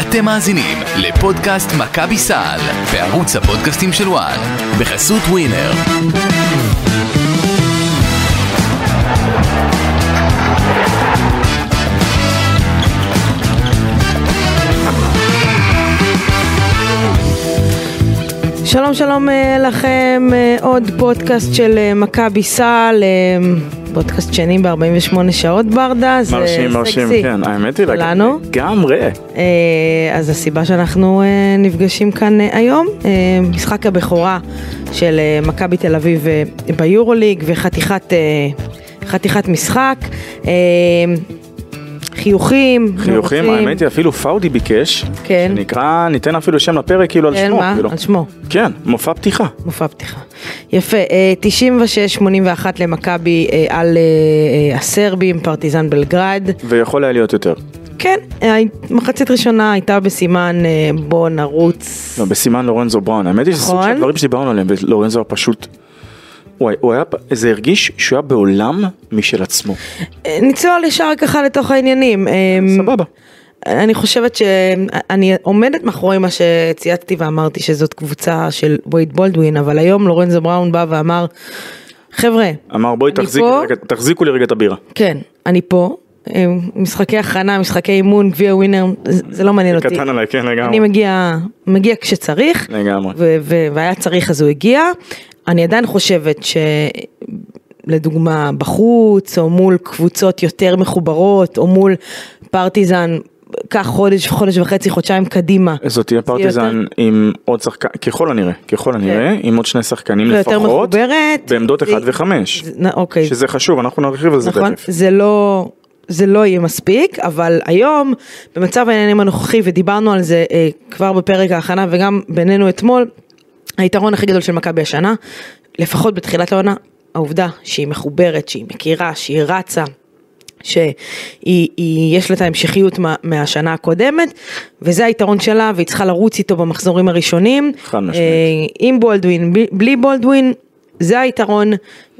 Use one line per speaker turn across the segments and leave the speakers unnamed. אתם מאזינים לפודקאסט מכבי סל בערוץ הפודקאסטים של וואן בחסות ווינר.
שלום שלום אה, לכם, אה, עוד פודקאסט של אה, מכבי סל, אה, פודקאסט שני ב-48 שעות ברדה, זה
מרשים, מרשים,
סקסי.
כן, האמת היא,
לנו?
לגמרי.
אה, אז הסיבה שאנחנו אה, נפגשים כאן אה, היום, אה, משחק הבכורה של אה, מכבי תל אביב אה, ביורוליג וחתיכת אה, חתיכת משחק. אה, חיוכים,
חיוכים,
מרוצים.
האמת היא, אפילו פאודי ביקש,
כן.
שנקרא, ניתן אפילו שם לפרק, כאילו על
כן,
שמו,
מה?
כאילו.
על שמו.
כן, מופע פתיחה.
מופע פתיחה. יפה, אה, 96-81 למכבי אה, על אה, אה, הסרבים, פרטיזן בלגרד.
ויכול היה להיות יותר.
כן, אה, מחצית ראשונה הייתה בסימן אה, בוא נרוץ.
לא, בסימן לורנזו בראון, האמת היא שזה סוג
נכון.
של דברים שדיברנו עליהם, ולורנזו היה פשוט... הוא היה- הוא היה, פ- זה הרגיש שהוא היה בעולם משל עצמו.
אה, נצלול ישר ככה לתוך העניינים. אה,
סבבה.
אני חושבת שאני עומדת מאחורי מה שצייצתי ואמרתי שזאת קבוצה של וייד בולדווין, אבל היום לורנזו בראון בא ואמר, חבר'ה,
אמר בואי
אני
תחזיקי
פה."
רגע- תחזיקו לי רגע את הבירה.
כן, אני פה. אה, משחקי הכנה, משחקי אימון, גביע ווינר, זה- זה לא מעניין אותי.
קטן עליי, כן
אני
לגמרי.
מגיע, מגיע כשצריך,
לגמרי.
ו- ו- והיה צריך אז הוא הגיע. אני עדיין חושבת שלדוגמה בחוץ, או מול קבוצות יותר מחוברות, או מול פרטיזן, קח חודש, חודש וחצי, חודשיים קדימה.
זאת תהיה פרטיזן עם עוד שחקן, ככל הנראה, ככל הנראה, עם עוד שני שחקנים
ויותר כן.
לפחות,
מחוברת.
בעמדות 1
זה-
ו-5.
זה- נ- אוקיי,
שזה חשוב, אנחנו נרחיב על זה
נכון?
תכף.
זה לא... זה לא יהיה מספיק, אבל היום, במצב העניינים הנוכחי, ודיברנו על זה אה, כבר בפרק ההכנה וגם בינינו אתמול, היתרון הכי גדול של מכבי השנה, לפחות בתחילת העונה, העובדה שהיא מחוברת, שהיא מכירה, שהיא רצה, שיש לה את ההמשכיות מה, מהשנה הקודמת, וזה היתרון שלה, והיא צריכה לרוץ איתו במחזורים הראשונים.
חד משמעית.
אה, עם בולדווין, ב- בלי בולדווין, זה היתרון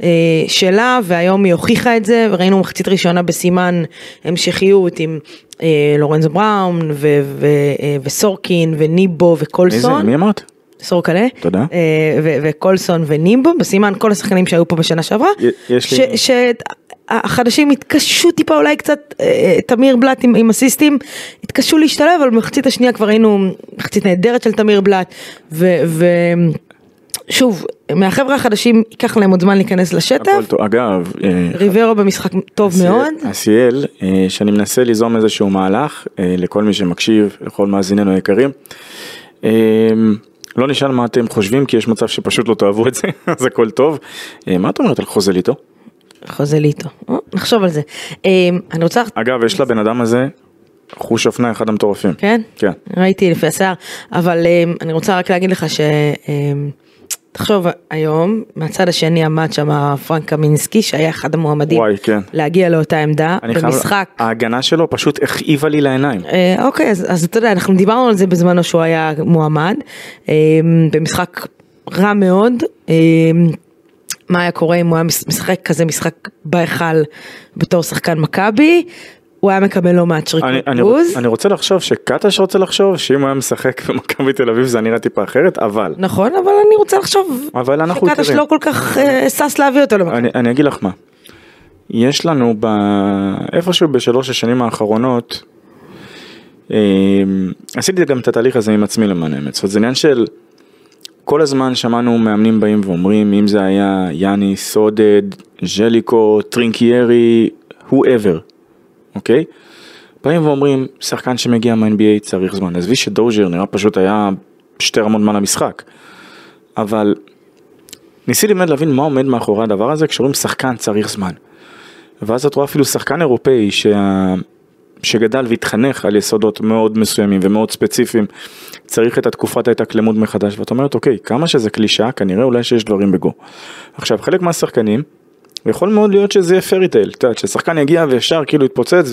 אה, שלה, והיום היא הוכיחה את זה, וראינו מחצית ראשונה בסימן המשכיות עם אה, לורנזו בראון, ו- ו- אה, וסורקין, וניבו,
מי זה?
וקולסון.
מי אמרת?
סורקלה,
תודה.
אה, ו- וקולסון ונימבו, בסימן כל השחקנים שהיו פה בשנה שעברה,
י- יש לי-
שהחדשים התקשו טיפה אולי קצת, אה, תמיר בלאט עם, עם אסיסטים, התקשו להשתלב, אבל במחצית השנייה כבר ראינו מחצית נהדרת של תמיר בלאט, ו... ו... שוב, מהחבר'ה החדשים ייקח להם עוד זמן להיכנס
הכל אה,
לשטף,
טוב. אגב, אה,
ריברו במשחק טוב
אסיאל-
מאוד,
אסיאל, אה, שאני מנסה ליזום איזשהו מהלך אה, לכל מי שמקשיב, לכל מאזיננו היקרים. אה, לא נשאל מה אתם חושבים, כי יש מצב שפשוט לא תאהבו את זה, אז הכל טוב. אה, מה את אומרת על חוזה ליטו?
חוזה לי איתו, אה, נחשוב על זה. אה, אני רוצה,
אגב, יש לבן אדם הזה חוש אופנה אחד המטורפים.
כן?
כן.
ראיתי לפי השיער, אבל אמ, אני רוצה רק להגיד לך ש... אמ, תחשוב היום, מהצד השני עמד שם פרנק קמינסקי שהיה אחד המועמדים
וואי, כן.
להגיע לאותה עמדה
אני חייב- אה.
במשחק.
ההגנה שלו פשוט הכאיבה לי לעיניים.
אה, אוקיי, אז, אז אתה יודע, אנחנו דיברנו על זה בזמנו שהוא היה מועמד, אמ, במשחק רע מאוד. אמ, מה היה קורה אם הוא היה מש- משחק כזה משחק בהיכל בתור שחקן מכבי, הוא היה מקבל לא מעט שריקות
אני, אני,
בוז.
רוצ, אני רוצה לחשוב שקטש רוצה לחשוב שאם הוא היה משחק במכבי תל אביב זה היה נראה טיפה אחרת אבל
נכון, אבל אני רוצה לחשוב
אבל אנחנו
שקטש
תראה,
לא כל כך אה, שש להביא אותו למכבי.
אני, אני אגיד לך מה יש לנו ב... איפשהו בשלוש השנים האחרונות אה, עשיתי גם את התהליך הזה עם עצמי למען האמת זאת אומרת, זה עניין של כל הזמן שמענו מאמנים באים ואומרים אם זה היה יאני סודד ז'ליקו טרינקיירי whoever אוקיי. באים ואומרים, שחקן שמגיע מה-NBA צריך זמן. עזבי שדוז'ר נראה פשוט היה שתי רמות מעל המשחק. אבל ניסיתי באמת להבין מה עומד מאחורי הדבר הזה כשאומרים שחקן צריך זמן. ואז את רואה אפילו שחקן אירופאי שה... שגדל והתחנך על יסודות מאוד מסוימים ומאוד ספציפיים, צריך את התקופת ההתאקלמות מחדש, ואת אומרת, אוקיי, כמה שזה קלישאה, כנראה אולי שיש דברים בגו. עכשיו, חלק מהשחקנים, יכול מאוד להיות שזה יהיה פרי טייל, את יודעת, ששחקן יגיע וישר כאילו יתפוצץ,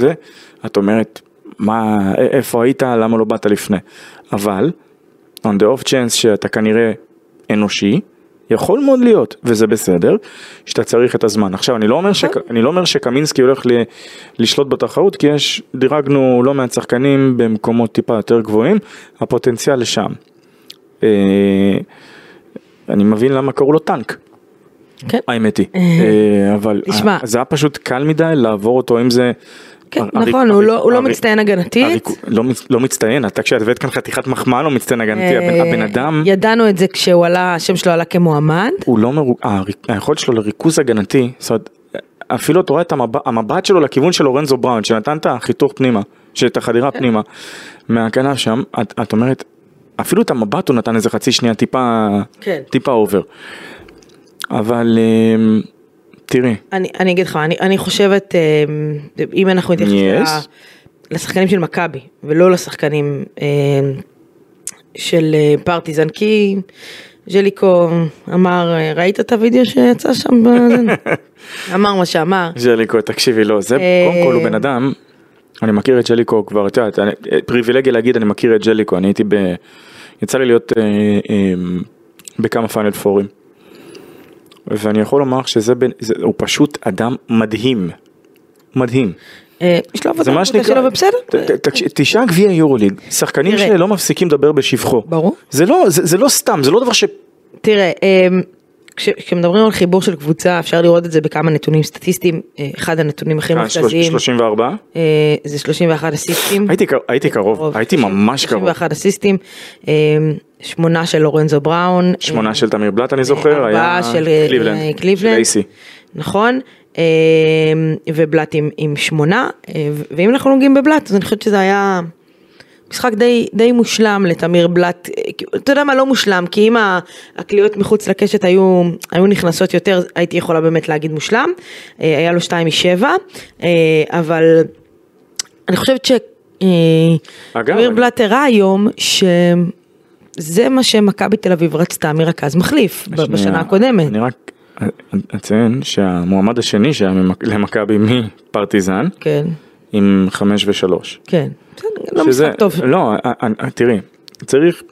ואת אומרת, מה, א- איפה היית, למה לא באת לפני? אבל, on the off chance שאתה כנראה אנושי, יכול מאוד להיות, וזה בסדר, שאתה צריך את הזמן. עכשיו, אני לא אומר,
נכון.
שק, אני לא אומר שקמינסקי הולך ל, לשלוט בתחרות, כי יש, דירגנו לא מעט שחקנים במקומות טיפה יותר גבוהים, הפוטנציאל לשם. אה, אני מבין למה קראו לו טנק.
כן.
האמת היא, אה, אבל
תשמע.
ה- זה היה פשוט קל מדי לעבור אותו אם זה...
כן,
הר- הריק-
נכון, הוא לא-
הריק-
הוא לא
הריק-
מצטיין הגנתית.
הריקו- לא מצ- לא מצטיין, אתה כשאת הבאת כאן חתיכת מחמאה לא מצטיין הגנתי, הבן- הבן אדם
אה, ידענו את זה כשהוא עלה, השם שלו עלה כמועמד.
הוא לא מרוכז, היכולת שלו לריכוז הגנתי, זאת אומרת, אפילו אתה רואה את המבט, המבט שלו לכיוון של לורנזו בראון, שנתן את החיתוך פנימה, את החדירה פנימה, מהכנף שם, את, את אומרת, אפילו את המבט הוא נתן איזה חצי שנייה טיפה,
כן.
טיפה אובר. אבל אמ, תראי,
אני, אני אגיד לך, אני, אני חושבת, אה, אם אנחנו נתייחס
Yes.
ל- לשחקנים של מכבי, ולא לשחקנים אה, של אה, פרטיזן, כי ז'ליקו אמר, אה, ראית את הוידאו שיצא שם? בזה?" אמר מה שאמר.
ג'ליקו, תקשיבי, לא, זה,
אה,
קודם כל הוא בן אדם, אני מכיר את ג'ליקו כבר, את יודעת, אני- אה, פריבילגיה להגיד, אני מכיר את ג'ליקו, אני הייתי ב... יצא לי להיות אה, אה, בכמה פיינל פורים. ואני יכול לומר שזה בן, זה, הוא פשוט אדם מדהים. מדהים.
אה, יש לו עבודה
זה מה
עבודה שלו,
שנקרא, ת-
ובסדר.
ת- תקשיב, תשעה גביע יורוליג, שחקנים
תראה.
שלא מפסיקים לדבר בשבחו.
ברור.
זה לא, זה, זה לא סתם, זה לא דבר ש...
תראה, אמ, כש- כשמדברים על חיבור של קבוצה, אפשר לראות את זה בכמה נתונים סטטיסטיים. אה, אחד הנתונים הכי
אה, שלוש-
מרכזיים
34?
אה, זה 31 אסיסטים.
הייתי קר- הייתי קרוב, הייתי ממש קרוב.
31 אסיסטים, אה, שמונה של לורנזו בראון,
שמונה
אה,
של תמיר בלאט אני זוכר,
ארבעה
היה
של אה,
קליבלנד,
קליבלנד.
לייסי.
נכון, אה, ובלאט עם, עם שמונה, אה, ו- ואם אנחנו נוגעים בבלאט, אז אני חושבת שזה היה משחק די, די מושלם לתמיר בלאט, אה, כי- אתה יודע מה, לא מושלם, כי אם ה- הקליעות מחוץ לקשת היו, היו נכנסות יותר, הייתי יכולה באמת להגיד מושלם, אה, היה לו שתיים משבע, אה, אבל אני חושבת ש... אה,
אגב,
תמיר
אני-
בלאט הראה היום ש... זה מה שמכבי תל אביב רצתה מרכז מחליף ב-
שנייה,
בשנה הקודמת.
אני רק אציין שהמועמד השני שהיה ממק- למכבי מפרטיזן,
כן,
עם חמש ושלוש.
כן. בסדר, לא
שזה-
משחק טוב.
לא, אה, אה, תראי, צריך,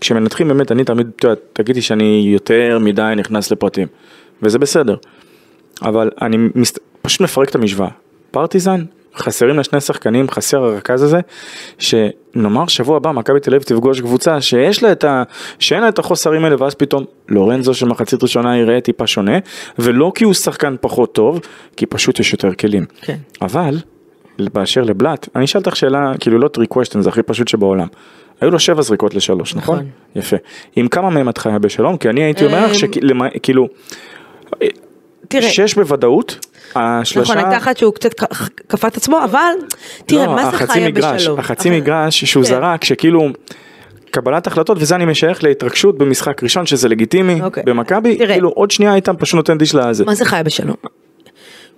כשמנתחים באמת, אני תמיד, את יודעת, תגידי שאני יותר מדי נכנס לפרטים, וזה בסדר. אבל אני מס- פשוט מפרק את המשוואה. פרטיזן, חסרים לה שני שחקנים, חסר הרכז הזה, שנאמר שבוע הבא מכבי תל אביב תפגוש קבוצה שיש לה את ה... שאין לה את החוסרים האלה, ואז פתאום לורנזו של מחצית ראשונה ייראה טיפה שונה, ולא כי הוא שחקן פחות טוב, כי פשוט יש יותר כלים.
כן.
אבל, באשר לבלאט, אני אשאל אותך שאלה, כאילו לא טרי קוושטן, זה הכי פשוט שבעולם. היו לו שבע זריקות לשלוש, נכון?
נכון.
יפה. עם כמה מהם את חיה בשלום? כי אני הייתי אומר לך כאילו,
אמ,
שכאילו,
תראה,
שש בוודאות, השלושה...
נכון, הייתה אחת שהוא קצת ק- קפט עצמו, אבל תראה,
לא,
מה זה
החצי
חיה
מגרש,
בשלום?
החצי
אבל-
מגרש שהוא
כן.
זרק, שכאילו... קבלת החלטות וזה אני משייך להתרגשות במשחק ראשון שזה לגיטימי
אוקיי.
במכבי
תראה.
כאילו עוד שנייה הייתם פשוט נותן דיש לזה.
מה זה חיה בשלום?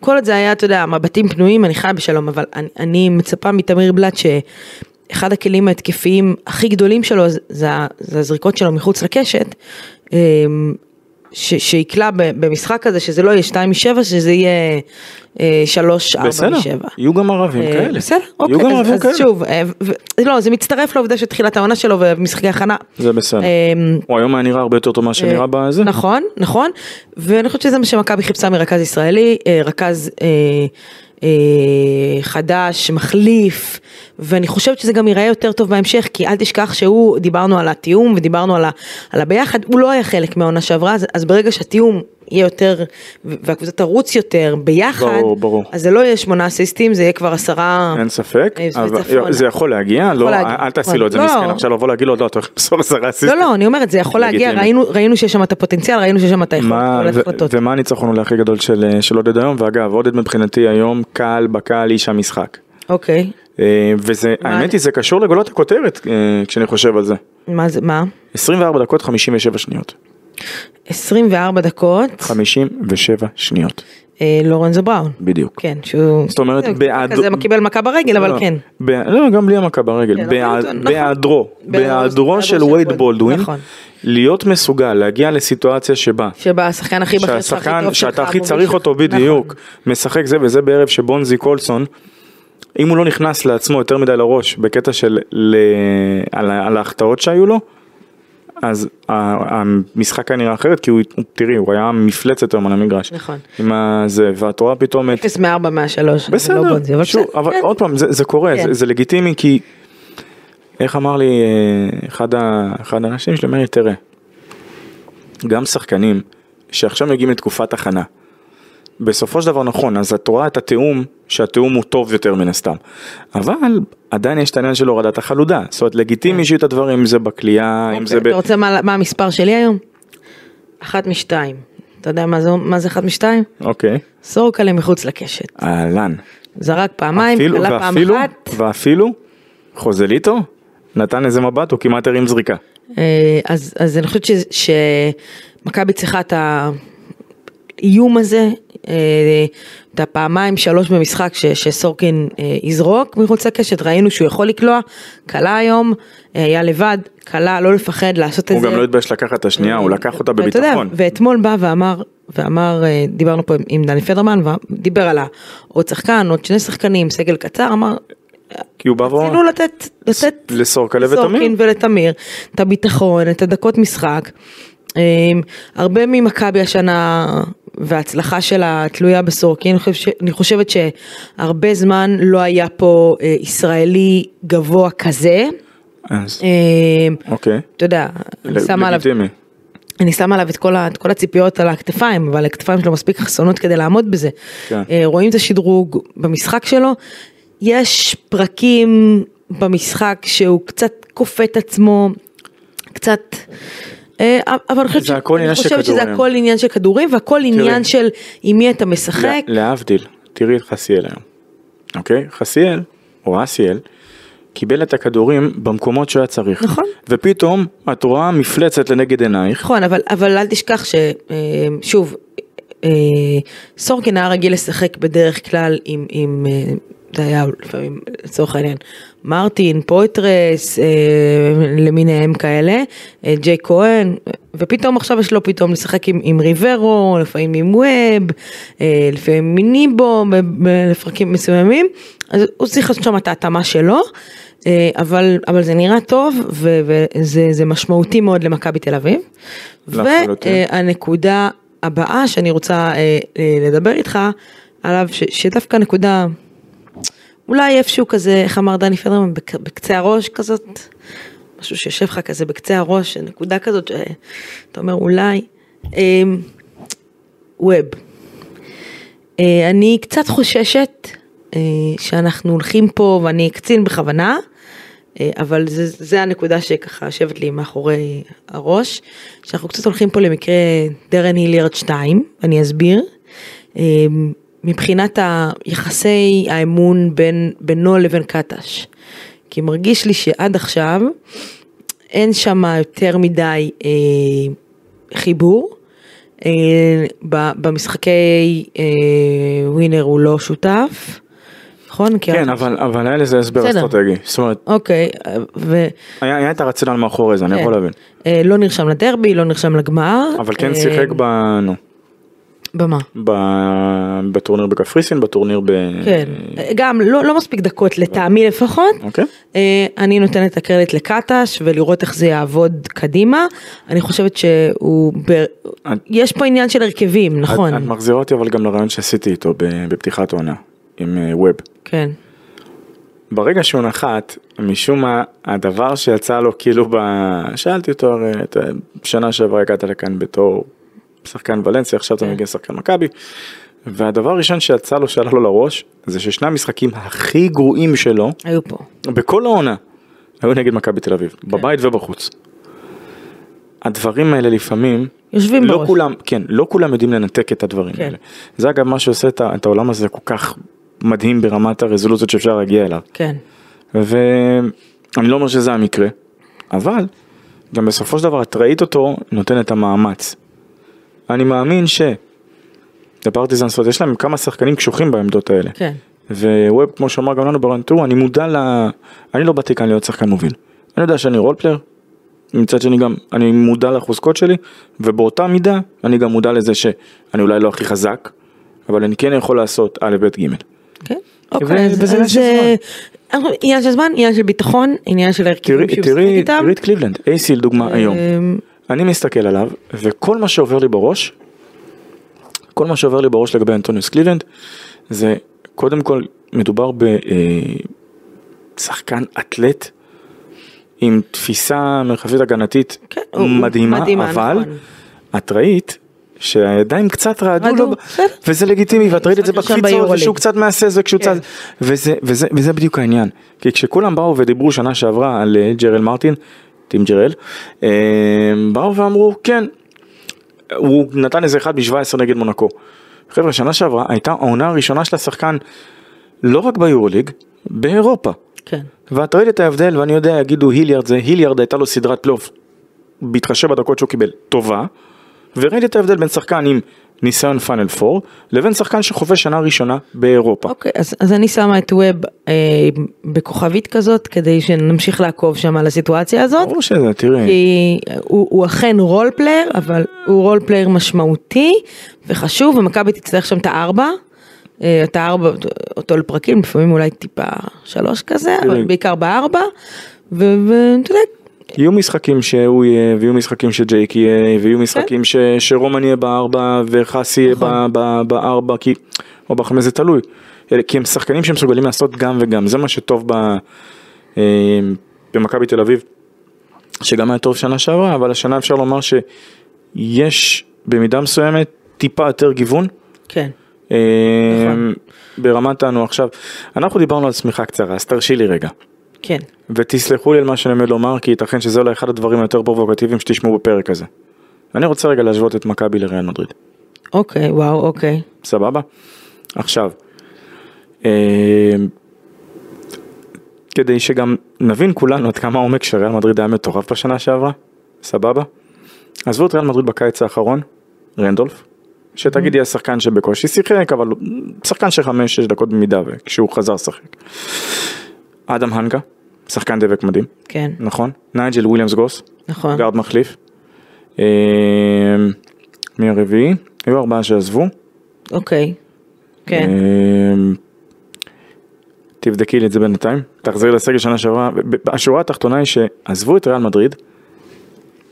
כל עוד זה היה, אתה יודע, מבטים פנויים, אני חיה בשלום, אבל אני, אני מצפה מתמיר בלאט שאחד הכלים ההתקפיים הכי גדולים שלו זה, זה, ה- זה הזריקות שלו מחוץ לקשת, אמ, ש, שיקלע ב- במשחק הזה, שזה לא יהיה 2 מ-7, שזה יהיה אה, 3-4
בסדר,
מ-7.
יהיו גם ערבים כאלה.
אה, בסדר,
יהיו גם
אוקיי, אז-
ערבים
אז
כאלה.
שוב, אה, ו- ו- לא, זה מצטרף לעובדה שתחילת העונה שלו ומשחקי הכנה.
זה בסדר.
אמ,
הוא היום היה נראה הרבה יותר טוב ממה שנראה בזה.
נכון, נכון, ואני חושבת שזה מה שמכבי חיפשה מרכז ישראלי, אה, רכז אה, אה, חדש, מחליף, ואני חושבת שזה גם ייראה יותר טוב בהמשך, כי אל תשכח שהוא, דיברנו על התיאום ודיברנו על, ה, על הביחד, הוא לא היה חלק מהעונה שעברה, אז, אז ברגע שהתיאום יהיה יותר, ו- והקבוצה תרוץ יותר ביחד,
ברור, ברור.
אז זה לא יהיה שמונה אסיסטים, זה יהיה כבר עשרה,
אין ספק,
אה, זה
אבל-
צפונה.
זה יכול להגיע, לא,
להגיע,
אל תעשי
נכון.
לו את זה
לא.
מסכן, עכשיו לבוא להגיד לו, לא, אתה הולך למסור עשרה
לא
אסיסטים.
לא, אני אומרת, זה יכול להגיע,
לגיטימי.
ראינו, ראינו שיש שם את הפוטנציאל, ראינו שיש שם את היכולת
מה-
לקבל
ו-
החלטות.
ומה הניצחון אולי הכי גדול של אה, של עודד היום, ואגב, עודד מבחינתי היום קהל בקהל איש המשחק.
אוקיי,
אה, וזה,
מה-
האמת היא, זה קשור לגולות הכותרת, אה, כשאני חושב על זה.
מה זה, מה?
24 דקות 57 שניות.
24 דקות,
57 שניות,
אה, לורנזו בראון.
בדיוק.
כן, שהוא...
זאת אומרת,
זה
בעד-
כזה קיבל מכה ברגל, אבל
לא,
כן.
ב- לא, גם בלי המכה
כן,
ברגל,
אבל
בהיעד-
נכון.
בהיעדרו, בהיעדרו של וייד בולדווין,
נכון.
להיות מסוגל להגיע לסיטואציה שבה
שבה השחקן הכי בכיר שלך, הכי
שהשחקן
טוב נכון. שלך,
שאתה הכי
המוביל
צריך
שלך.
אותו בדיוק משחק זה וזה בערב שבונזי קולסון אם הוא לא נכנס לעצמו יותר מדי לראש בקטע של ל... על, ה- על ההחטאות שהיו לו אז ה- המשחק היה נראה אחרת כי הוא, הוא- תראי, הוא היה מפלצת היום על המגרש.
נכון.
עם הזה, ואת רואה פתאום את...
אפס מארבע מהשלוש. זה
בסדר,
לא בונזי, אבל
שוב,
בסדר,
אבל
כן.
עוד פעם, זה, זה קורה,
כן.
זה, זה לגיטימי כי... איך אמר לי אה, אחד, ה, אחד האנשים שלי, אמר לי, תראה, גם שחקנים שעכשיו מגיעים לתקופת הכנה, בסופו של דבר נכון, אז את רואה את התיאום, שהתיאום הוא טוב יותר מן הסתם. אבל עדיין יש את העניין של הורדת החלודה, זאת אומרת לגיטימי שיהיו את הדברים, אם זה בכלייה, אם זה
כן.
ב...
אוקיי, אתה רוצה מה מה המספר שלי היום? אחת משתיים. אתה יודע מה זה- מה זה אחת משתיים?
אוקיי,
סורקה למחוץ לקשת.
אהלן.
זרק פעמיים,
אפילו-
עלה פעם
ואפילו-
אחת.
ואפילו, חוזליטו נתן איזה מבט, הוא כמעט הרים זריקה.
אה, אז, אז אני חושבת ש- שמכבי צריכה את האיום הזה, אה, את הפעמיים שלוש במשחק ש, שסורקין אה, יזרוק מחוץ לקשת, ראינו שהוא יכול לקלוע, כלה היום, אה, היה לבד, כלה, לא לפחד לעשות את
הוא
זה.
גם לא התבייש לקחת את השנייה, הוא לקח אותה
ואתה אה, יודע,
בביטחון.
ואתמול בא ואמר, ואמר, אה, דיברנו פה עם- עם דני פדרמן, ודיבר על ה- עוד שחקן, עוד שני שחקנים, סגל קצר, אמר,
כי הוא בא ואומר,
רצינו לתת, לתת
לסורקה ותמיר.
לסורקין ולתמיר את הביטחון, את הדקות משחק. אמ, הרבה ממכבי השנה וההצלחה שלה תלויה בסורקין, אני חושב ש- אני חושבת שהרבה זמן לא היה פה אה, ישראלי גבוה כזה.
אז,
אמ,
אוקיי.
אתה יודע, אני שמה עליו
לגיטימי.
אני שמה עליו את כל, ה, את כל הציפיות על הכתפיים, אבל הכתפיים שלו מספיק חסונות כדי לעמוד בזה.
כן.
אה, רואים את השדרוג במשחק שלו. יש פרקים במשחק שהוא קצת כופה את עצמו, קצת... אה, אבל אני חושבת,
זה
ש-
הכל
אני
עניין של
חושבת שזה
כדורים.
הכל עניין של כדורים והכל עניין של עם מי אתה משחק.
לה- להבדיל, תראי את חסיאל היום. אוקיי? חסיאל, או אסיאל, קיבל את הכדורים במקומות שהיה צריך.
נכון.
ופתאום את רואה מפלצת לנגד עינייך.
נכון, אבל, אבל אל תשכח אה, ששוב, אה, סורקין היה רגיל לשחק בדרך כלל עם, עם אה, זה היה לפעמים לצורך העניין, מרטין, פויטרס, אה, למיניהם כאלה, אה, ג'יי כהן, ופתאום עכשיו יש לו פתאום לשחק עם, עם ריברו, לפעמים עם ווב, אה, לפעמים עם ניבו, ב- ב- לפרקים מסוימים, אז הוא צריך לעשות שם את ההתאמה שלו. אה, אבל, אבל זה נראה טוב ו- וזה זה משמעותי מאוד למכבי תל אביב.
לחלוטין.
והנקודה הבאה שאני רוצה אה, אה, לדבר איתך עליו, ש- שדווקא נקודה אולי איפשהו כזה, איך אמר דני פדרמן, בק- בקצה הראש כזאת, משהו שיושב לך כזה בקצה הראש, נקודה כזאת שאתה אומר אולי, אה, ווב. אה, אני קצת חוששת אה, שאנחנו הולכים פה ואני אקצין בכוונה, אה, אבל זה, זה הנקודה שככה יושבת לי מאחורי הראש, שאנחנו קצת הולכים פה למקרה דרן היליארד 2, אני אסביר. אה, מבחינת היחסי האמון בין, בינו לבין קטש. כי מרגיש לי שעד עכשיו אין שם יותר מדי אה, חיבור. אה, ב- במשחקי אה, ווינר הוא לא שותף, נכון? כי-
כן, אבל אבל היה לזה הסבר
בסדר.
אסטרטגי. זאת אומרת,
אוקיי, אה, ו...
היה היה את הרציונל מאחורי זה, אני יכול להבין.
אה, לא נרשם לדרבי, לא נרשם לגמר.
אבל כן
אה,
שיחק אה, ב... נו.
במה?
ב- בטורניר בקפריסין, בטורניר ב...
כן, אה, גם לא, לא מספיק דקות לטעמי לפחות.
אוקיי.
אה, אני נותנת את הקרדיט לקטש ולראות איך זה יעבוד קדימה. אני חושבת שהוא, ב...
את-
יש פה עניין של הרכבים, נכון?
את, את מחזירה אותי אבל גם לרעיון שעשיתי איתו ב- בפתיחת העונה, עם אה, ווב.
כן.
ברגע שהוא נחת, משום מה, הדבר שיצא לו כאילו ב... שאלתי אותו הרי, אתה- שנה שעברה הגעת לכאן בתור שחקן ולנסיה, עכשיו אתה מגיע לשחקן מכבי, והדבר הראשון שיצא לו, שעלה לו לראש, זה ששני המשחקים הכי גרועים שלו,
היו פה.
בכל העונה, היו נגד מכבי תל אביב, בבית ובחוץ. הדברים האלה לפעמים,
יושבים
לא
בראש.
כולם, כן, לא כולם יודעים לנתק את הדברים
כן.
האלה. זה אגב מה שעושה את ה- את העולם הזה כל כך מדהים ברמת הרזולוציות שאפשר להגיע אליו.
כן.
ואני לא אומר שזה המקרה, אבל גם בסופו של דבר את ראית אותו נותן את המאמץ. אני מאמין ש... לפרטיזן סוד, יש להם כמה שחקנים קשוחים בעמדות האלה.
כן.
וווב כמו שאמר גם לנו ברן, תראו אני מודע ל... אני לא באתי כאן להיות שחקן מוביל. אני יודע שאני רול פלייר, מצד שני גם אני מודע לחוזקות שלי, ובאותה מידה אני גם מודע לזה שאני אולי לא הכי חזק, אבל אני כן יכול לעשות א' ב' ג'.
כן. אוקיי, אז
וזה
אז,
עניין של
אה, עניין של זמן, עניין של ביטחון, עניין של
תראי,
הרכיבים שהוא משחק
תראי,
איתם.
תראי את קליבלנד, אייסי לדוגמה היום.
אמ,
אני מסתכל עליו, וכל מה שעובר לי בראש, כל מה שעובר לי בראש לגבי אנטוניוס קלילנד, זה קודם כל מדובר בשחקן אתלט עם תפיסה מרחבית הגנתית
כן, הוא- הוא
מדהימה,
מדהימה,
אבל
נכון.
את ראית שהידיים קצת רעדו
רעדו,
לו,
בסדר.
וזה לגיטימי, ואת ראית את זה
המשחק הראשון
בקפיצות,
ביורוליג.
ושהוא קצת מהסס וכשהוא
כן.
צד, וזה, וזה, וזה בדיוק העניין. כי כשכולם באו ודיברו שנה שעברה על אה, ג'רל מרטין, טים ג'רל, אה, באו ואמרו כן, הוא נתן איזה אחד ב-17 נגד מונקו. חבר'ה, שנה שעברה הייתה העונה הראשונה של השחקן לא רק ביורוליג, באירופה.
כן.
ואת ראית את ההבדל, ואני יודע, יגידו היליארד זה, היליארד הייתה לו סדרת פלייאוף, בהתחשב בדקות שהוא קיבל, טובה, וראית את ההבדל בין שחקן עם ניסיון פאנל 4, לבין שחקן שחווה שנה ראשונה באירופה.
אוקיי, אז, אז אני שמה את ווב אה, בכוכבית כזאת, כדי שנמשיך לעקוב שם על הסיטואציה הזאת.
ברור שזה, תראי,
כי הוא, הוא אכן רול פלייר, אבל הוא רול פלייר משמעותי וחשוב, ומכבי תצטרך שם את הארבע. אה, את הארבע, אותו לפרקים, לפעמים אולי טיפה שלוש כזה, אבל
תראי.
בעיקר בארבע. ואתה יודע,
יהיו משחקים שהוא יהיה, ויהיו משחקים שג'ייק יהיה, ויהיו משחקים ש- שרומן יהיה בארבע, וחסי יהיה ב- ב- בארבע, כי- או בחמש, זה תלוי. אלה- כי הם שחקנים שמסוגלים לעשות גם וגם, זה מה שטוב ב... אה, במכבי תל אביב. שגם היה טוב שנה שעברה, אבל השנה אפשר לומר שיש במידה מסוימת טיפה יותר גיוון.
כן.
אה, ברמת אנו עכשיו, אנחנו דיברנו על צמיחה קצרה, אז תרשי לי רגע.
כן,
ותסלחו לי על מה שאני עומד לומר, כי ייתכן שזה אולי אחד הדברים היותר פרובוקטיביים שתשמעו בפרק הזה. אני רוצה רגע להשוות את מכבי לריאל מדריד,
אוקיי, וואו, אוקיי.
סבבה? עכשיו, אה, כדי שגם נבין כולנו עד כמה העומק של ריאל מדריד היה מטורף בשנה שעברה, סבבה? עזבו את ריאל מדריד בקיץ האחרון, רנדולף, שתגידי השחקן שבקושי שיחק, אבל הוא שחקן של 5-6 דקות במידה וכשהוא חזר לשחק. אדם הנגה, שחקן דבק מדהים.
כן,
נכון, נייג'ל וויליאמס גוס,
נכון.
גארד מחליף. אה, מי הרביעי? היו ארבעה שעזבו.
אוקיי. כן.
אה, תבדקי לי את זה בינתיים, תחזרי לסגל שנה שעברה. ב- השורה התחתונה היא שעזבו את ריאל מדריד,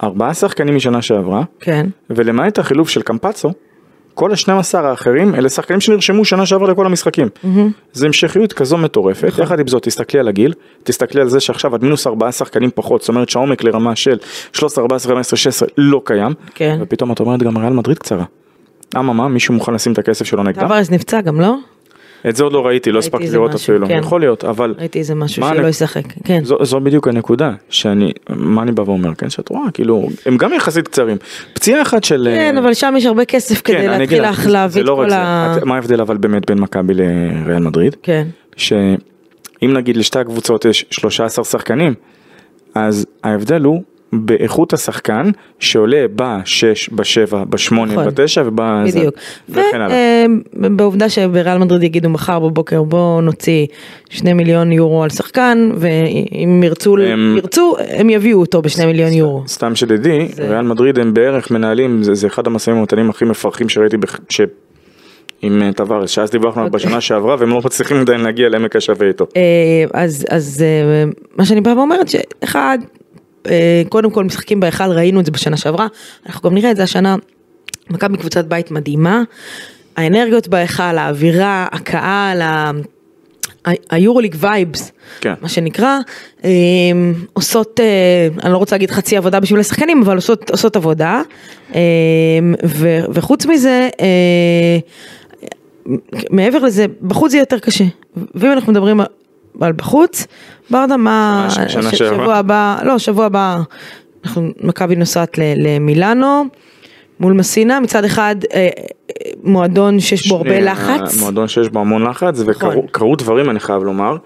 ארבעה שחקנים משנה שעברה,
כן,
ולמעט החילוף של קמפצו, כל ה-12 האחרים אלה שחקנים שנרשמו שנה שעברה לכל המשחקים. זה המשכיות כזו מטורפת,
נכון.
יחד עם זאת תסתכלי על הגיל, תסתכלי על זה שעכשיו עד מינוס 4 שחקנים פחות, זאת אומרת שהעומק לרמה של 13, 14, 15, 16 לא קיים,
כן.
ופתאום את אומרת גם ריאל מדריד קצרה. אממה, מישהו מוכן לשים את הכסף שלו נגדה?
טווארס נפצע גם, לא?
את זה עוד לא ראיתי, לא
ראיתי
הספקתי
איזה
לראות
משהו,
אפילו,
כן.
יכול להיות, אבל
ראיתי איזה משהו
מה
שלא
אני-
ישחק. כן,
זו, זו בדיוק הנקודה שאני, מה אני בא ואומר, כן, שאת רואה, כאילו, הם גם יחסית קצרים. פציעה אחת של... אה,
כן, אבל שם יש הרבה כסף כדי
כן, אני אגיד
להתחיל
לך,
לך להביא
זה
את
לא רק
כל
זה.
ה...
את- מה ההבדל אבל באמת בין מכבי לריאל מדריד?
כן,
שאם נגיד לשתי הקבוצות יש 13 שחקנים, אז ההבדל הוא באיכות השחקן שעולה בשש, בשבע, בשמונה,
נכון.
בתשע ובזה.
בדיוק.
וכן הלאה.
ובעובדה שבריאל מדריד יגידו מחר בבוקר בואו נוציא שני מיליון יורו על שחקן, ואם ירצו,
הם-
ירצו, הם יביאו אותו בשני מיליון יורו.
סתם שתדעי,
אה, זה-
ריאל מדריד הם בערך מנהלים, זה, זה אחד המשאים ומתנים הכי מפרכים שראיתי בח... ש... עם אה, טווארס, שאז דיברנו עליו
אוקיי.
בשנה שעברה והם לא מצליחים עדיין להגיע לעמק השווה איתו.
אה, אז, אז אה, מה שאני באה ואומרת שאחד, אה, קודם כל משחקים בהיכל, ראינו את זה בשנה שעברה, אנחנו גם נראה את זה השנה, מכבי קבוצת בית מדהימה, האנרגיות בהיכל, האווירה, הקהל, ה... ה- היורוליג וייבס,
כן.
מה שנקרא, אה, עושות, אה, אני לא רוצה להגיד חצי עבודה בשביל השחקנים, אבל עושות, עושות עבודה, אה, ו, וחוץ מזה, אה, מעבר לזה, בחוץ זה יותר קשה. ואם אנחנו מדברים על בחוץ, ברדה, מה...
שנה- שנה
ש-
שעברה.
שבוע הבא, לא, שבוע הבא, אנחנו, מכבי נוסעת ל- למילאנו, מול מסינה, מצד אחד אה, אה, מועדון שיש בו הרבה
שני,
לחץ.
אה, מועדון שיש בו המון לחץ,
נכון.
וקרו קרו דברים אני חייב לומר,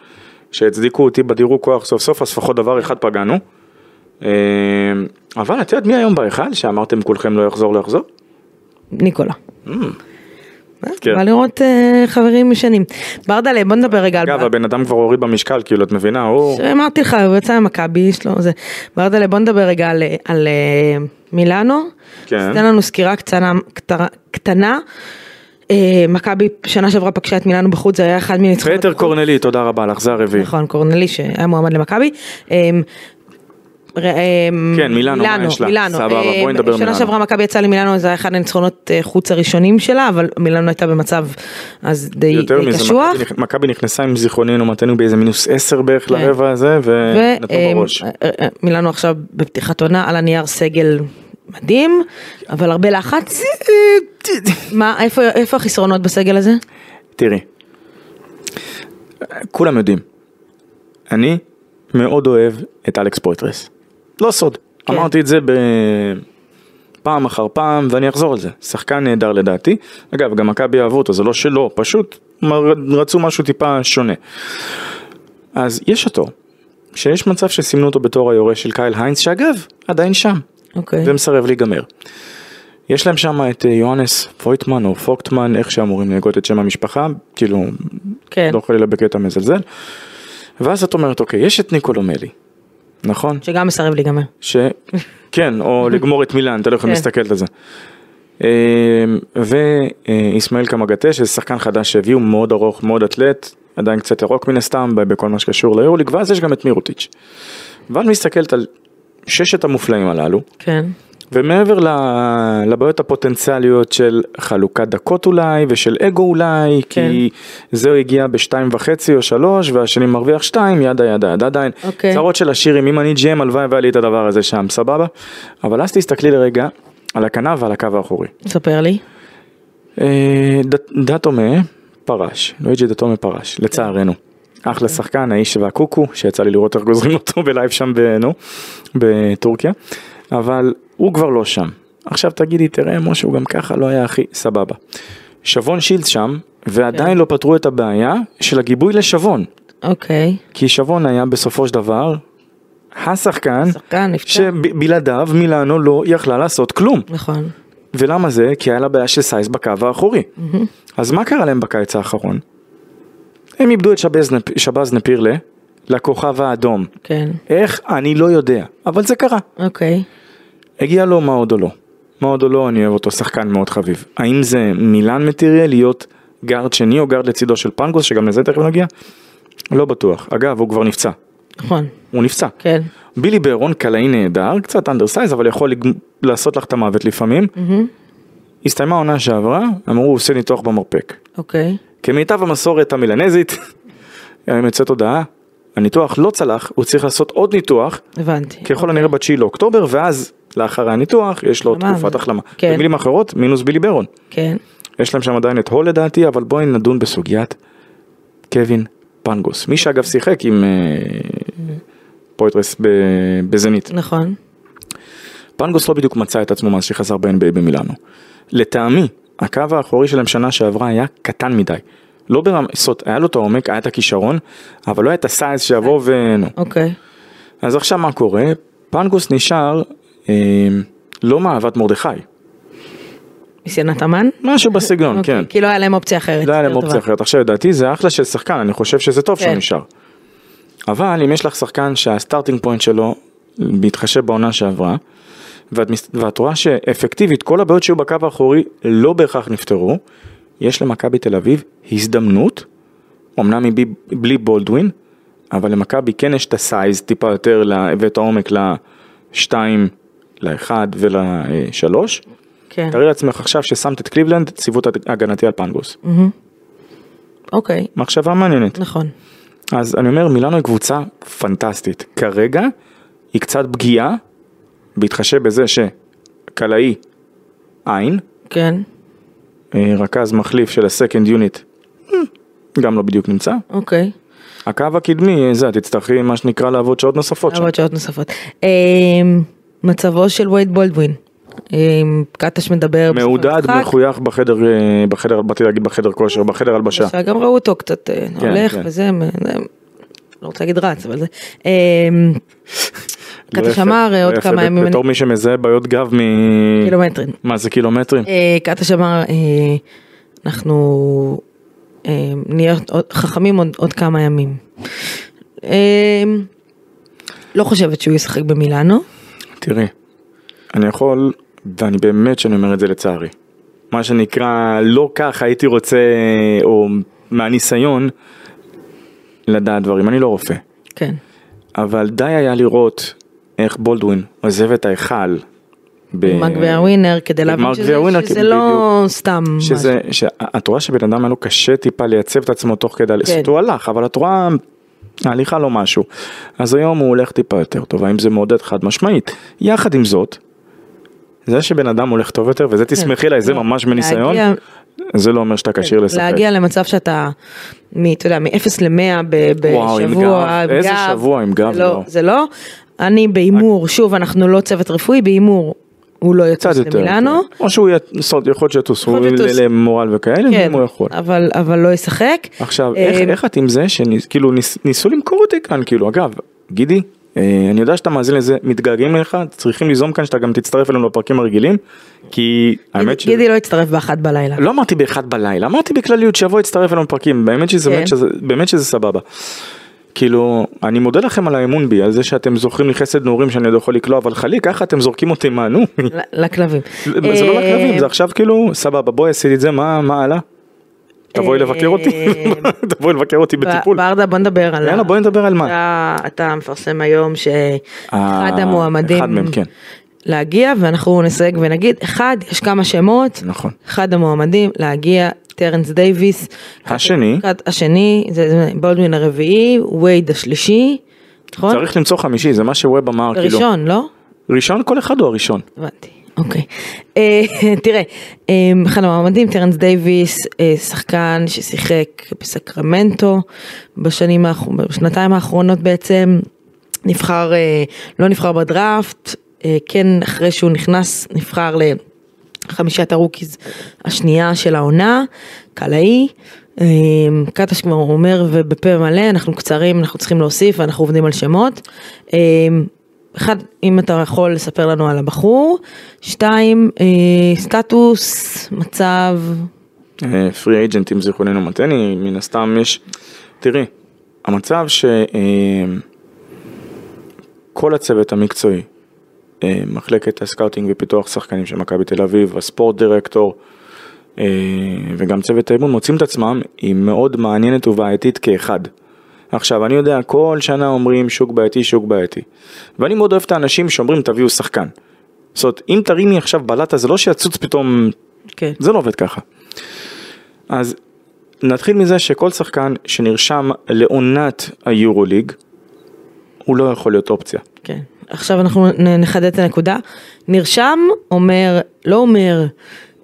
שהצדיקו אותי בדירוג כוח סוף סוף, אז לפחות דבר אחד פגענו. אה, אבל את יודעת מי היום בהיכל שאמרתם כולכם לא יחזור לא יחזור?
ניקולה.
Mm. כן.
בא לראות אה, חברים ישנים. ברדלה, בוא נדבר רגע על...
אגב הבן אדם כבר הוריד במשקל כאילו את מבינה הוא
אמרתי לך, הוא יצא ממכבי, יש לו זה. ברדלה, בוא נדבר רגע על, על אה, מילאנו.
כן.
אז תן לנו סקירה קטנה, קטרה- קטנה. אה, אה, מכבי שנה שעברה פגשה את מילאנו בחוץ, זה היה אחד מניצחונות.
פטר
החוץ.
קורנלי, תודה רבה לך, זה הרביעי.
נכון, קורנלי שהיה מועמד למכבי. אמ, ר- אמ,
כן, מילאנו, מה יש לה?
מילאנו.
סבבה, בואי
אמ,
נדבר
שנה
מילאנו.
שעברה מכבי יצאה למילאנו, זה היה אחד הניצחונות אה, חוץ הראשונים שלה, אבל מילאנו הייתה במצב אז די
יותר
די
מזה,
קשוח.
מכבי נכ- מכבי נכנסה עם זיכרוני לעומתנו באיזה מינוס 10 בערך
כן.
לרבע הזה, ונתנו
ו-
בראש.
אמ, אה, אה, מילאנו עכשיו בפתיחת עונה על הנייר סגל מדהים, אבל הרבה לחץ. מה, איפה איפה החסרונות בסגל הזה?
תראי, כולם יודעים, אני מאוד אוהב את אלכס פויטרס. לא סוד,
כן.
אמרתי את זה ב... פעם אחר פעם, ואני אחזור על זה. שחקן נהדר לדעתי. אגב, גם מכבי אהבו אותו, זה לא שלו, פשוט מ- רצו משהו טיפה שונה. אז יש אותו, שיש מצב שסימנו אותו בתור היורש של קייל היינס, שאגב, עדיין שם.
אוקיי.
ומסרב להיגמר. יש להם שם את אה, יוהנס פויטמן או פוקטמן, איך שאמורים להגות את שם המשפחה, כאילו,
כן.
לא חלילה בקטע מזלזל. ואז את אומרת, אוקיי, יש את ניקולומלי, נכון?
שגם מסרב להיגמר.
ש... כן, או לגמור את מילאן, אתה לא יכול
כן.
להסתכל על זה. אמ, ואיסמעיל קמגטה, שזה שחקן חדש שהביאו, מאוד ארוך, מאוד אתלט, עדיין קצת ירוק מן הסתם, ב- בכל מה שקשור ליורוליג, ואז יש גם את מירוטיץ'. ואת מסתכלת על ששת המופלאים הללו,
כן.
ומעבר ל- לבעיות הפוטנציאליות של חלוקת דקות אולי ושל אגו אולי,
כן.
כי זה הגיע בשתיים וחצי או שלוש והשני מרוויח שתיים, ידה ידה ידה עדיין.
אוקיי.
צרות של השירים, אם אני GM הלוואי והיה לי את הדבר הזה שם, סבבה? אבל אז תסתכלי לרגע על הכנף ועל הקו האחורי.
ספר לי.
אה, ד- דתומה פרש, לואיג'י דתומה פרש, לצערנו. אחלה שחקן, האיש והקוקו, שיצא לי לראות איך גוזרים אותו בלייב שם ב- נו, בטורקיה, אבל הוא כבר לא שם. עכשיו תגידי, תראה, משה, הוא גם ככה לא היה הכי סבבה. שבון שילד שם, ועדיין לא פתרו את הבעיה של הגיבוי לשבון,
אוקיי.
כי שבון היה בסופו של דבר השחקן
שחקן נפצע.
שבלעדיו מילאנו לא יכלה לעשות כלום.
נכון.
ולמה זה? כי היה לה בעיה של סייז בקו האחורי. אז מה קרה להם בקיץ האחרון? הם איבדו את שבז נפ- שבז נפירלה לכוכב האדום.
כן.
איך? אני לא יודע, אבל זה קרה.
אוקיי.
הגיע לו מה עוד או לא. מה עוד או לא, אני אוהב אותו, שחקן מאוד חביב. האם זה מילאן מטיריאל להיות גארד שני או גארד לצידו של פנגוס, שגם לזה תכף נגיע? לא בטוח. אגב, הוא כבר נפצע.
נכון.
הוא נפצע.
כן.
בילי בארון קלעי נהדר, קצת אנדרסייז, אבל יכול לגמ- לעשות לך את המוות לפעמים. הסתיימה העונה שעברה, אמרו הוא עושה ניתוח במרפק.
אוקיי.
כמיטב המסורת המילנזית, היום יוצאת הודעה, הניתוח לא צלח, הוא צריך לעשות עוד ניתוח,
הבנתי.
ככל הנראה ב-9 לאוקטובר, ואז לאחר הניתוח יש לו
החלמה.
תקופת החלמה.
כן.
במילים אחרות, מינוס בילי ברון.
כן.
יש להם שם עדיין את הול לדעתי, אבל בואי נדון בסוגיית קווין פנגוס. מי שאגב שיחק עם אה, פויטרס ב- בזנית.
נכון.
פנגוס לא בדיוק מצא את עצמו מאז שחזר ב-NBA במילאנו. לטעמי, הקו האחורי שלהם שנה שעברה היה קטן מדי. לא ברמה, זאת, היה לו את העומק, היה את הכישרון, אבל לא היה את הסייז שיבוא ונו.
אוקיי.
אז עכשיו מה קורה? פנגוס נשאר אה, לא מאהבת מרדכי,
מסיינת אמן?
משהו בסגנון,
אוקיי.
כן.
כי לא היה להם אופציה אחרת.
לא היה להם
יותר
אופציה
טובה.
אחרת. עכשיו לדעתי זה אחלה של שחקן, אני חושב שזה טוב שהוא
כן.
נשאר. אבל אם יש לך שחקן שהסטארטינג פוינט שלו, בהתחשב בעונה שעברה, ואת, מס- ואת רואה שאפקטיבית כל הבעיות שהיו בקו האחורי לא בהכרח נפתרו, יש למכבי תל אביב הזדמנות, אמנם היא ב- בלי בולדווין, אבל למכבי כן יש את הסייז טיפה יותר ל- ואת העומק ל-2, ל-1 ול-3.
כן.
תארי לעצמך עכשיו ששמת את קליבלנד, ציוות הגנתי על פנגוס.
אוקיי.
מחשבה מעניינת.
נכון.
אז אני אומר, מילאנו היא קבוצה פנטסטית. כרגע היא קצת פגיעה, בהתחשב בזה שקלעי אין,
כן.
אה, רכז מחליף של הסקנד יוניט, גם לא בדיוק נמצא.
אוקיי.
הקו הקדמי, אה, זה, תצטרכי מה שנקרא לעבוד שעות נוספות שם.
לעבוד שעות נוספות. אמ, מצבו של וייד בולדווין. אמ, קטש מדבר. בסוף
מעודד,
המשחק.
מחוייך בחדר, אה, בחדר, באתי להגיד בחדר כושר, בחדר הלבשה.
גם ראו אותו קצת אה,
כן,
הולך
כן.
וזה, מ- זה- לא רוצה להגיד רץ, אבל זה. אמ,
לא
קטש
יפה,
אמר אה,
לא
עוד
יפה,
כמה
ב-
ימים,
בתור מי שמזהה בעיות גב מ... כן.
אני- קילומטרים.
מה זה קילומטרים?
אה, קטש אמר, אה, אנחנו אה, נהיה עוד- חכמים עוד- עוד כמה ימים. אה, לא חושבת שהוא ישחק במילאנו,
תראי, אני יכול, ואני באמת שאני אומר את זה לצערי, מה שנקרא, לא כך הייתי רוצה, או מהניסיון, לדעת דברים. אני לא רופא,
כן.
אבל די היה לראות איך בולדווין עוזב את ההיכל. ב-
מגביע ווינר כדי להבין
אה, מרק
שזה,
והווינר,
שזה
כן,
לא סתם
שזה, שאת רואה שבן אדם היה לו קשה טיפה לייצב את עצמו תוך כדי,
כן.
כן. הוא הלך, אבל את רואה, ההליכה לא משהו. אז היום הוא הולך טיפה יותר טוב, האם זה מעודד חד משמעית. יחד עם זאת, זה שבן אדם הולך טוב יותר, וזה תסמכי עליי, זה
לא.
ממש
משהו.
מניסיון,
להגיע- כן,
זה לא אומר שאתה כשיר לשחק.
להגיע למצב שאתה, מ- אתה יודע, מ-0 ל-100
וואו, עם
בשבוע,
גב. איזה שבוע עם גב,
זה לא.
לא.
זה לא. אני בהימור, שוב, אנחנו לא צוות רפואי, בהימור הוא לא
קצת
יטוס
יותר.
למילאנו.
כן. או שהוא יטוס, יכול להיות שיטוסו
יכול לטוס.
למורל וכאלה,
כן,
אם הוא יכול.
אבל, אבל לא ישחק.
עכשיו, איך,
אה,
איך את עם זה שכאילו ניסו למכור אותי כאן, כאילו, אגב, גידי, אה, אני יודע שאתה מאזין לזה, מתגעגעים אליך, צריכים ליזום כאן שאתה גם תצטרף אלינו בפרקים הרגילים, כי האמת ש...
גידי לא יצטרף באחת בלילה.
לא אמרתי באחד בלילה, אמרתי בכלליות שיבוא יצטרף אלינו בפרקים, באמת שזה,
כן.
באמת, שזה, באמת שזה סבבה. כאילו, אני מודה לכם על האמון בי, על זה שאתם זוכרים לי חסד נעורים שאני עוד יכול לקלוע, אבל חלי, ככה אתם זורקים אותי מה, נו.
ל- לכלבים.
זה לא
אה,
לכלבים, זה עכשיו כאילו, סבבה, בואי עשיתי את זה, מה מה עלה? תבואי לבקר אותי,
אה,
תבואי לבקר אותי
ב-
בטיפול.
ברדה בוא נדבר על...
יאללה, בואי נדבר על מה.
אתה, אתה מפרסם היום שאחד
אה,
המועמדים
אחד מהם, כן.
להגיע ואנחנו נסייג ונגיד אחד יש כמה שמות
נכון.
אחד המועמדים להגיע טרנס דייוויס
השני.
קט, השני זה, זה בולדווין הרביעי וייד השלישי נכון
צריך למצוא חמישי, זה מה שווב אמר, כאילו.
ראשון לא
ראשון, כל אחד הוא הראשון.
הבנתי, אוקיי. אה, תראה, אה, אחד המועמדים, טרנס דייוויס, אה, שחקן ששיחק בסקרמנטו בשנים, האח- בשנתיים האחרונות בעצם, נבחר, אה, לא נבחר בדראפט, אה, כן אחרי שהוא נכנס, נבחר לחמישת הרוקיז השנייה של העונה, קלעי. אה, קטש כבר אומר ובפה מלא, אנחנו קצרים, אנחנו צריכים להוסיף, אנחנו עובדים על שמות. אה, אחד, אם אתה יכול לספר לנו על הבחור, שתיים, אה, סטטוס, מצב,
פרי אייג'נט, אה, אם זיכרוננו מתני, מן הסתם יש... תראי, המצב שכל הצוות המקצועי, אה, מחלקת הסקאוטינג ופיתוח שחקנים של מכבי תל אביב, הספורט דירקטור, אה, וגם צוות האימון, מוצאים את עצמם היא מאוד מעניינת ובעייתית כאחד. עכשיו, אני יודע, כל שנה אומרים שוק בעייתי, שוק בעייתי. ואני מאוד אוהב את האנשים שאומרים תביאו שחקן. זאת אומרת, אם תרימי עכשיו בלטה, זה לא שיצוץ פתאום
כן,
זה לא עובד ככה. אז נתחיל מזה שכל שחקן שנרשם לעונת היורוליג, הוא לא יכול להיות אופציה.
כן. עכשיו אנחנו נ- נחדד את הנקודה. נרשם אומר, לא אומר,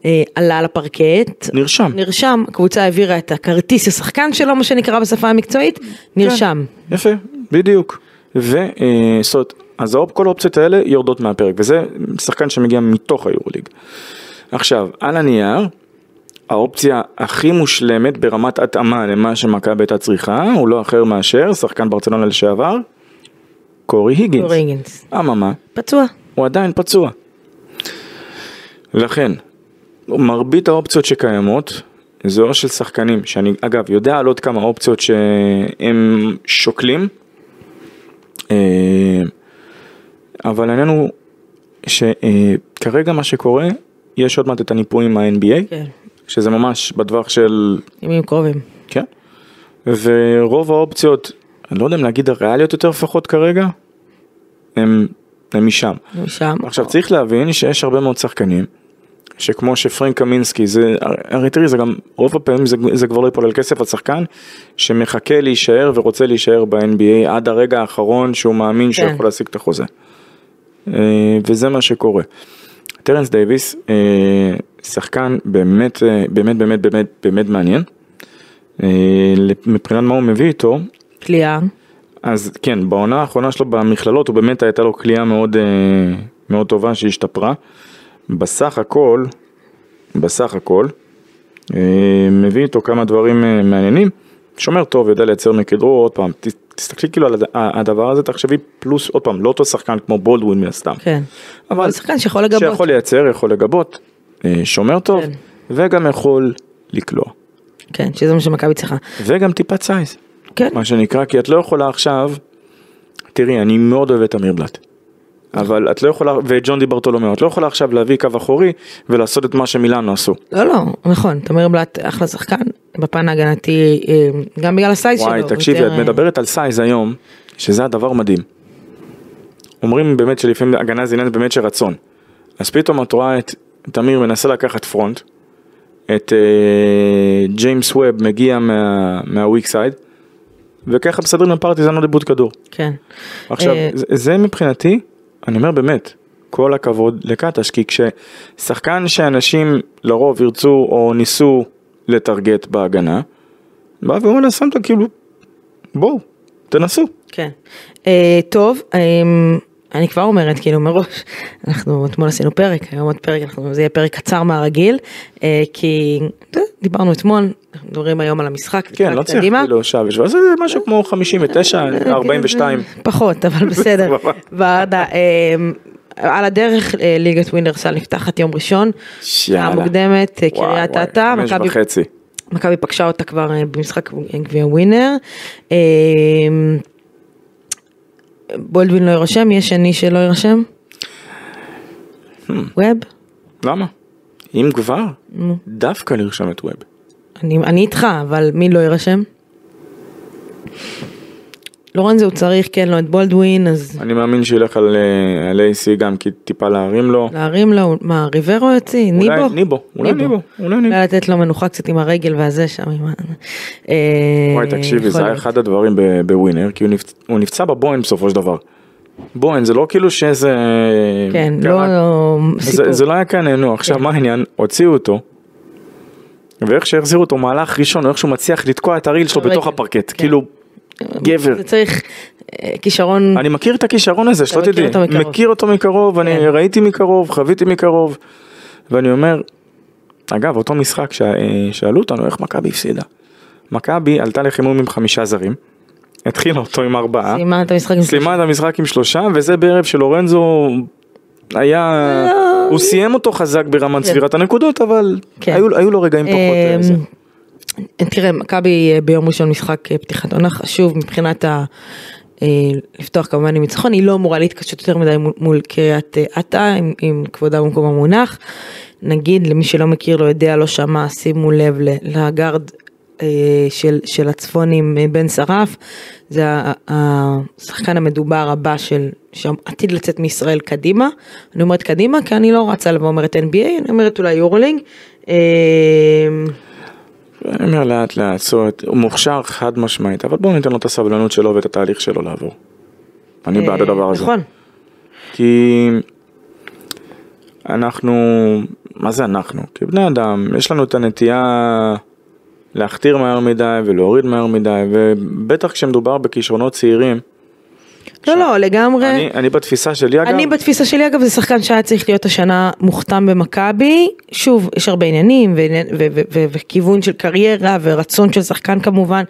אה, עלה לפרקט.
נרשם.
נרשם, הקבוצה העבירה את הכרטיס השחקן שלו, מה שנקרא בשפה המקצועית, נרשם.
כן, יפה, בדיוק. וזאת, אז האופ, כל האופציות האלה יורדות מהפרק, וזה שחקן שמגיע מתוך היורוליג. עכשיו, על הנייר, האופציה הכי מושלמת ברמת התאמה למה שמכבי הייתה צריכה, הוא לא אחר מאשר שחקן ברצלונה לשעבר, קורי היגינס.
דורי היגינס.
אממה,
פצוע.
הוא עדיין פצוע. לכן, מרבית האופציות שקיימות זה או של שחקנים, שאני אגב יודע על עוד כמה אופציות שהם שוקלים, אה, אבל העניין הוא שכרגע מה שקורה, יש עוד מעט את הניפויים מה-NBA,
כן,
שזה ממש בטווח של
ימים קרובים.
כן. ורוב האופציות, אני לא יודע אם להגיד הריאליות יותר לפחות כרגע, הם, הם משם.
נרשם.
עכשיו צריך להבין שיש הרבה מאוד שחקנים, שכמו שפרנק קמינסקי, זה, הרי תראי זה גם, רוב הפעמים זה, זה כבר לא ייפול על כסף על שחקן, שמחכה להישאר ורוצה להישאר ב-NBA עד הרגע האחרון שהוא מאמין שהוא
כן.
יכול להשיג את החוזה. אה, וזה מה שקורה. טרנס דייוויס, אה, שחקן באמת, אה, באמת, באמת, באמת, באמת מעניין. אה, מבחינת מה הוא מביא איתו,
קליעה.
אז כן, בעונה האחרונה שלו במכללות, הוא באמת הייתה לו כליאה מאוד, אה, מאוד טובה שהשתפרה. בסך הכל, בסך הכל, אה, מביא איתו כמה דברים אה, מעניינים. שומר טוב, יודע לייצר מכדרור, עוד פעם, ת- תסתכלי כאילו על הד- הדבר הזה, תחשבי פלוס, עוד פעם, לא אותו שחקן כמו בולדווין מן הסתם.
כן. אבל שחקן שיכול לגבות.
שיכול לייצר, יכול לגבות, אה, שומר טוב,
כן.
וגם יכול לקלוע.
כן, שזה מה שמכבי צריכה.
וגם טיפת סייז.
כן.
מה שנקרא, כי את לא יכולה עכשיו, תראי, אני מאוד אוהב את אמיר בלאט. אבל את לא יכולה, וג'ון די ברטולומיאו, את לא יכולה עכשיו להביא קו אחורי ולעשות את מה שמילאנו עשו.
לא, לא, נכון, תמיר בלאט אחלה שחקן, בפן ההגנתי, אה, גם בגלל הסייז שלו.
וואי, תקשיבי, את
יותר, אה,
מדברת על סייז היום, שזה הדבר מדהים. אומרים באמת שלפעמים הגנה זה עניין באמת של רצון. אז פתאום את רואה את תמיר מנסה לקחת פרונט, את אה, ג'יימס ווב מגיע מה- מהוויק סייד, וככה מסדרים לפרטיזן עוד איבוד כדור.
כן.
עכשיו,
אה,
זה- זה מבחינתי, אני אומר באמת, כל הכבוד לקטש, כי כששחקן שאנשים לרוב ירצו או ניסו לטרגט בהגנה, בא ואומר לה, שמת כאילו, בואו, תנסו.
כן. אה, טוב, אמ, אני כבר אומרת, כאילו מראש, אנחנו אתמול עשינו פרק, היום עוד פרק, אנחנו, זה יהיה פרק קצר מהרגיל, אה, כי אתה יודע, דיברנו אתמול, אנחנו מדברים היום על המשחק,
כן, לא
לקראת
צריך
קדימה. אה, כן, כאילו,
כאילו שעה ושבע, זה משהו כמו 59, 42.
פחות, אבל בסדר.
סבבה.
ברדה, אמ, על הדרך אה, ליגת ווינרסל נפתחת יום ראשון,
יאללה.
המוקדמת, אה,
וואי,
קריית
וואי,
אתא,
חמש
מכבי-
וחצי.
מכבי פגשה אותה כבר אה, במשחק גביע ווינר. אמ, בולדווין לא יירשם, יש שני שלא יירשם?
Hmm.
ווב?
למה? אם כבר, דווקא לרשום את ווב.
אני, אני איתך, אבל מי לא יירשם? לורנזו הוא צריך, כן, לא את בולדווין, אז
אני מאמין שילך על אה, על AC גם, כי טיפה להרים
לא,
לו.
להרים לו, מה, ריברו יוציא? ניבו?
אולי ניבו, אולי ניבו, אולי ניבו.
אולי לתת לו מנוחה קצת עם הרגל והזה שם. עם ה- אה,
וואי תקשיבי
יכול
זה היה
להיות.
אחד הדברים ב- בווינר כי הוא נפצ- הוא נפצע בבוהן בסופו של דבר. בוהן זה לא כאילו שזה אה,
כן,
קרה-
לא לא,
זה-
סיפור. כן.
זה לא היה כאן נו עכשיו מה העניין הוציאו אותו. ואיך שהחזירו אותו מהלך ראשון או איך שהוא מצליח לתקוע את הרעיל שלו
הרגל,
בתוך הפרקט
כן.
כאילו גבר.
זה צריך אה, כישרון,
לא- אני מכיר את הכישרון הזה שלא
מכיר
תדעי
אותו מקרוב.
מכיר אותו מקרוב אני
כן.
ראיתי מקרוב חוויתי מקרוב. ואני אומר. אגב אותו משחק ש- אה, שאלו אותנו איך מכבי הפסידה. מכבי עלתה לחימום עם חמישה זרים. התחילה אותו עם ארבעה.
סיימה את המשחק. עם
סיימה את המשחק עם שלושה, וזה בערב שלורנזו היה... הוא סיים אותו חזק ברמת
אה, כן.
סבירת הנקודות, אבל
כן. אמ,
היו היו לו רגעים פחות... אה, זה.
אה, תראה, מכבי אה, ביום ראשון משחק אה, פתיחת עונה חשוב מבחינת ה... אה, לפתוח כמובן עם ניצחון, היא לא אמורה להתקשות יותר מדי מול- מול קריית אה, אתא, עם- עם כבודה במקום המונח. נגיד, למי שלא מכיר, לא יודע, לא שמע, שימו לב ל- לגארד אה, של, של הצפונים אה, בן שרף, זה ה- השחקן המדובר הבא של, שעתיד לצאת מישראל קדימה. אני אומרת קדימה, כי אני לא רצה ואומרת NBA, אני אומרת אולי יורלינג. אה,
אני אומר לאט לאט, זאת אומרת, הוא מוכשר חד משמעית, אבל בואו ניתן לו את הסבלנות שלו ואת התהליך שלו לעבור. אני בעד הדבר הזה.
נכון,
כי אנחנו, מה זה אנחנו? כבני אדם, יש לנו את הנטייה להכתיר מהר מדי ולהוריד מהר מדי, ובטח כשמדובר בכישרונות צעירים,
לא לא לגמרי,
אני, אני בתפיסה שלי אגב,
אני בתפיסה שלי אגב זה שחקן שהיה צריך להיות השנה מוחתם במכבי, שוב יש הרבה עניינים ועניין- ו- ו- ו- וכיוון של קריירה ורצון של שחקן כמובן,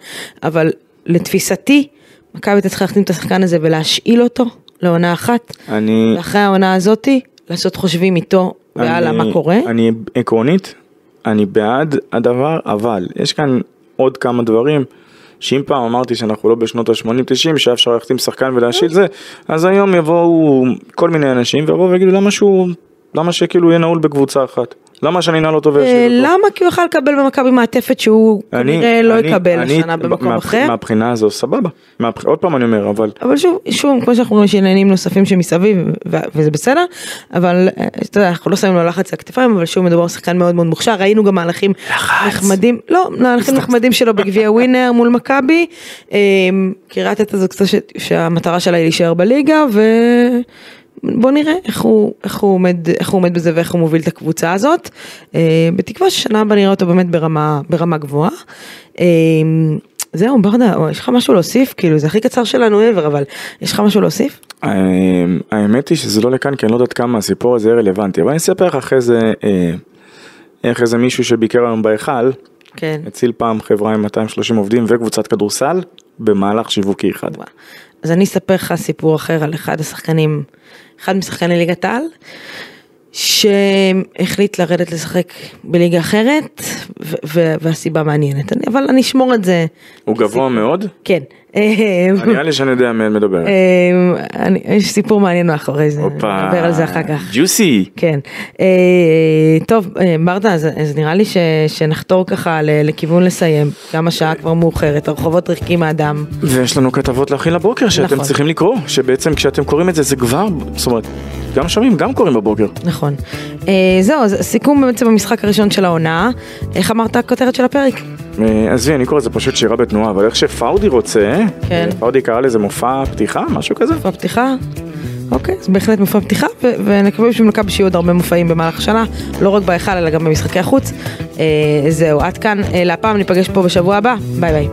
אבל לתפיסתי מכבי הייתה צריכה להחתים את השחקן הזה ולהשאיל אותו לעונה אחת,
אני,
ואחרי העונה הזאתי לעשות חושבים איתו והלאה
אני-
מה קורה,
אני עקרונית, אני בעד הדבר, אבל יש כאן עוד כמה דברים. שאם פעם אמרתי שאנחנו לא בשנות ה-80-90, שהיה אפשר להחתים שחקן ולהשאיל זה, אז היום יבואו כל מיני אנשים ויבואו ויגידו למה שהוא, למה שכאילו יהיה נעול בקבוצה אחת? למה שאני אנעל אותו
אה,
ואשאיל אותו?
למה כי הוא יכל לקבל במכבי מעטפת שהוא
אני-
כנראה לא
אני-
יקבל
אני-
השנה במקום
מה-
אחר.
מהבחינה הזו סבבה. מהבח- עוד פעם אני אומר, אבל
אבל שוב, שוב, כמו שאנחנו רואים יש עניינים נוספים שמסביב, ו- וזה בסדר, אבל אה, אתה יודע, אנחנו לא שמים לו לחץ על הכתפיים, אבל שוב מדובר על שחקן מאוד מאוד מוכשר, ראינו גם מהלכים נחמדים, לא, מהלכים נחמדים שלו בגביע ווינר מול מכבי, אה, קריית אתא זו קצת ש- שהמטרה שלה היא להישאר בליגה, ו... בוא נראה איך הוא, איך, הוא עומד, איך הוא עומד בזה ואיך הוא מוביל את הקבוצה הזאת. אה, בתקווה ששנה הבאה נראה אותו באמת ברמה, ברמה גבוהה. אה, זהו ברדה, או, יש לך משהו להוסיף? כאילו זה הכי קצר שלנו ever, אבל יש לך משהו להוסיף?
אה, האמת היא שזה לא לכאן כי אני לא יודעת כמה הסיפור הזה רלוונטי אבל אני אספר לך אחרי זה אה, איך איזה מישהו שביקר היום בהיכל
כן.
הציל פעם חברה עם 230 עובדים וקבוצת כדורסל במהלך שיווקי אחד.
וואו. אז אני אספר לך סיפור אחר על אחד השחקנים, אחד משחקני ליגת העל, שהחליט לרדת לשחק בליגה אחרת, ו- ו- והסיבה מעניינת, אני, אבל אני אשמור את זה.
הוא גבוה מאוד?
כן,
נראה לי שאני יודע מי את מדברת.
אה, אני- יש סיפור מעניין מאחורי זה,
הופה.
נדבר על זה אחר כך.
ג'וסי.
כן. אה, טוב, אה, ברדה, אז, אז נראה לי ש, שנחתור ככה ל, לכיוון לסיים. גם השעה כבר מאוחרת, הרחובות ריקים מאדם.
ויש לנו כתבות להכין לבוקר שאתם
נכון.
צריכים לקרוא, שבעצם כשאתם קוראים את זה זה כבר, זאת אומרת, גם שומעים, גם קוראים בבוקר.
נכון. אה, זהו, אז סיכום בעצם המשחק הראשון של העונה. איך אמרת הכותרת של הפרק?
אה, עזבי, אני קורא לזה פשוט שירה בתנועה, אבל איך שפאודי רוצה,
כן.
אה, פאודי קרא לזה מופע פתיחה, משהו כזה.
מופע פתיחה? אוקיי, אז בהחלט מופע פתיחה, ו- ונקווה שבמכבי שיהיו עוד הרבה מופעים במהלך השנה, לא רק בהיכל אלא גם במשחקי החוץ. אה, זהו, עד כאן, אה, להפעם ניפגש פה בשבוע הבא, ביי ביי.